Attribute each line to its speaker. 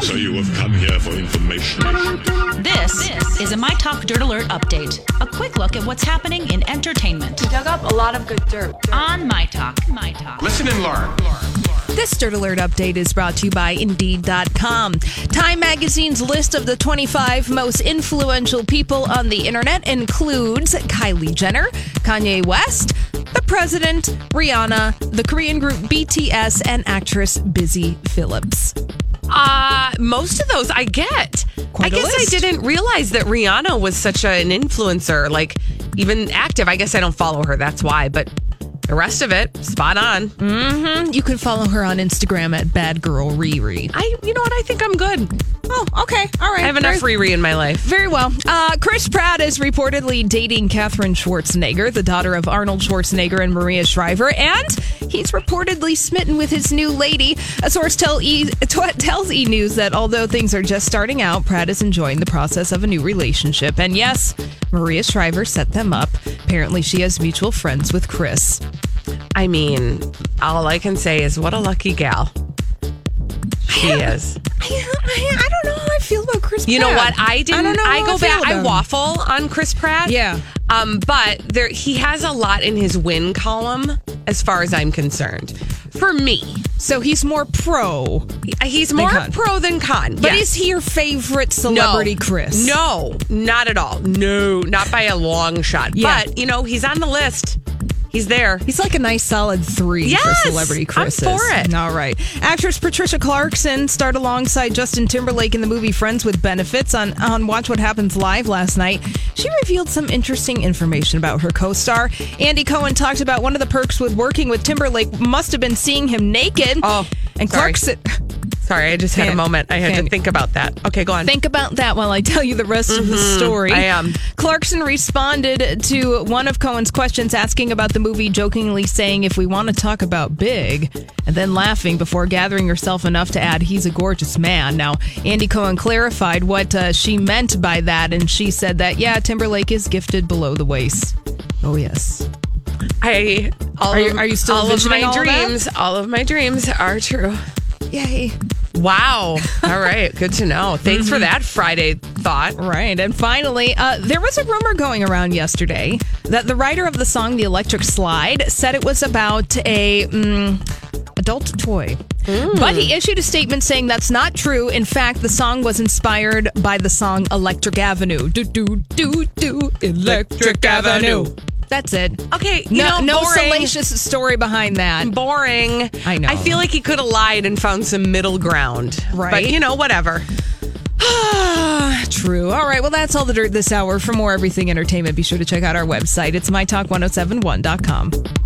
Speaker 1: So you have come here for information.
Speaker 2: This, is a My Talk Dirt Alert update. A quick look at what's happening in entertainment
Speaker 3: Dug up a lot of good dirt.
Speaker 2: on My Talk. My Talk.
Speaker 4: Listen and learn.
Speaker 5: This Dirt Alert update is brought to you by Indeed.com. Time Magazine's list of the 25 most influential people on the internet includes Kylie Jenner, Kanye West, the President, Rihanna, the Korean group BTS, and actress Busy Phillips.
Speaker 6: Uh, most of those I get.
Speaker 5: Quite
Speaker 6: I
Speaker 5: a
Speaker 6: guess
Speaker 5: list.
Speaker 6: I didn't realize that Rihanna was such a- an influencer, like even active. I guess I don't follow her, that's why. But the rest of it, spot on.
Speaker 5: You can follow her on Instagram at Bad Girl Riri.
Speaker 6: I, you know what? I think I'm good.
Speaker 5: Oh, okay. All right.
Speaker 6: I have enough Riri in my life.
Speaker 5: Very well. Uh, Chris Pratt is reportedly dating Katherine Schwarzenegger, the daughter of Arnold Schwarzenegger and Maria Shriver, and he's reportedly smitten with his new lady. A source tell e, t- tells E! News that although things are just starting out, Pratt is enjoying the process of a new relationship. And yes, Maria Shriver set them up. Apparently, she has mutual friends with Chris.
Speaker 6: I mean, all I can say is what a lucky gal she is.
Speaker 5: I, don't know how I feel about Chris
Speaker 6: You know what? I didn't. I, go back. I waffle on Chris Pratt.
Speaker 5: Yeah.
Speaker 6: Um, but there, he has a lot in his win column, as far as I'm concerned. For me,
Speaker 5: So he's more pro.
Speaker 6: he's more
Speaker 5: con.
Speaker 6: pro than con.
Speaker 5: But
Speaker 6: Yes.
Speaker 5: is he your favorite celebrity,
Speaker 6: no.
Speaker 5: Chris?
Speaker 6: No, not at all. No, not by a long shot.
Speaker 5: Yeah.
Speaker 6: But you know, he's on the list. He's there.
Speaker 5: He's like a nice solid three for
Speaker 6: Yes,
Speaker 5: celebrity
Speaker 6: I'm
Speaker 5: Chris.
Speaker 6: for it.
Speaker 5: All right. Actress Patricia Clarkson starred alongside Justin Timberlake in the movie Friends with Benefits on, on Watch What Happens Live last night. She revealed some interesting information about her co star. Andy Cohen talked about one of the perks with working with Timberlake must have been seeing him naked.
Speaker 6: Oh,
Speaker 5: and
Speaker 6: sorry.
Speaker 5: Clarkson.
Speaker 6: Sorry, I just had
Speaker 5: Fan-
Speaker 6: a moment. I had
Speaker 5: fan-
Speaker 6: to think about that. Okay, go on.
Speaker 5: Think about that while I tell you the rest of the story.
Speaker 6: Mm-hmm. I am.
Speaker 5: Clarkson responded to one of Cohen's questions asking about the movie, jokingly saying, if we want to talk about big, and then laughing before gathering herself enough to add, he's a gorgeous man. Now, Andy Cohen clarified what uh, she meant by that, and she said that, yeah, Timberlake is gifted below the waist. Oh, yes.
Speaker 6: I all
Speaker 5: Are you-
Speaker 6: of-
Speaker 5: are you still
Speaker 6: all of
Speaker 5: envisioning
Speaker 6: my
Speaker 5: all of that?
Speaker 6: dreams? all of my dreams are true.
Speaker 5: Yay.
Speaker 6: Wow. All right. Good to know. Thanks
Speaker 5: Mm-hmm.
Speaker 6: for that Friday thought.
Speaker 5: Right. And finally, uh, there was a rumor going around yesterday that the writer of the song The Electric Slide said it was about a mm, adult toy.
Speaker 6: Hmm.
Speaker 5: But he issued a statement saying that's not true. In fact, the song was inspired by the song Electric Avenue. Do, do, do, do, Electric Avenue. That's it.
Speaker 6: Okay. You
Speaker 5: No,
Speaker 6: know,
Speaker 5: no
Speaker 6: boring.
Speaker 5: salacious story behind that.
Speaker 6: boring.
Speaker 5: I know.
Speaker 6: I feel like he could have lied and found some middle ground.
Speaker 5: Right.
Speaker 6: But you know, whatever.
Speaker 5: True. All right. Well, that's oh all the dirt this hour. For more everything entertainment, be sure to check out our website. It's mytalk1071.com.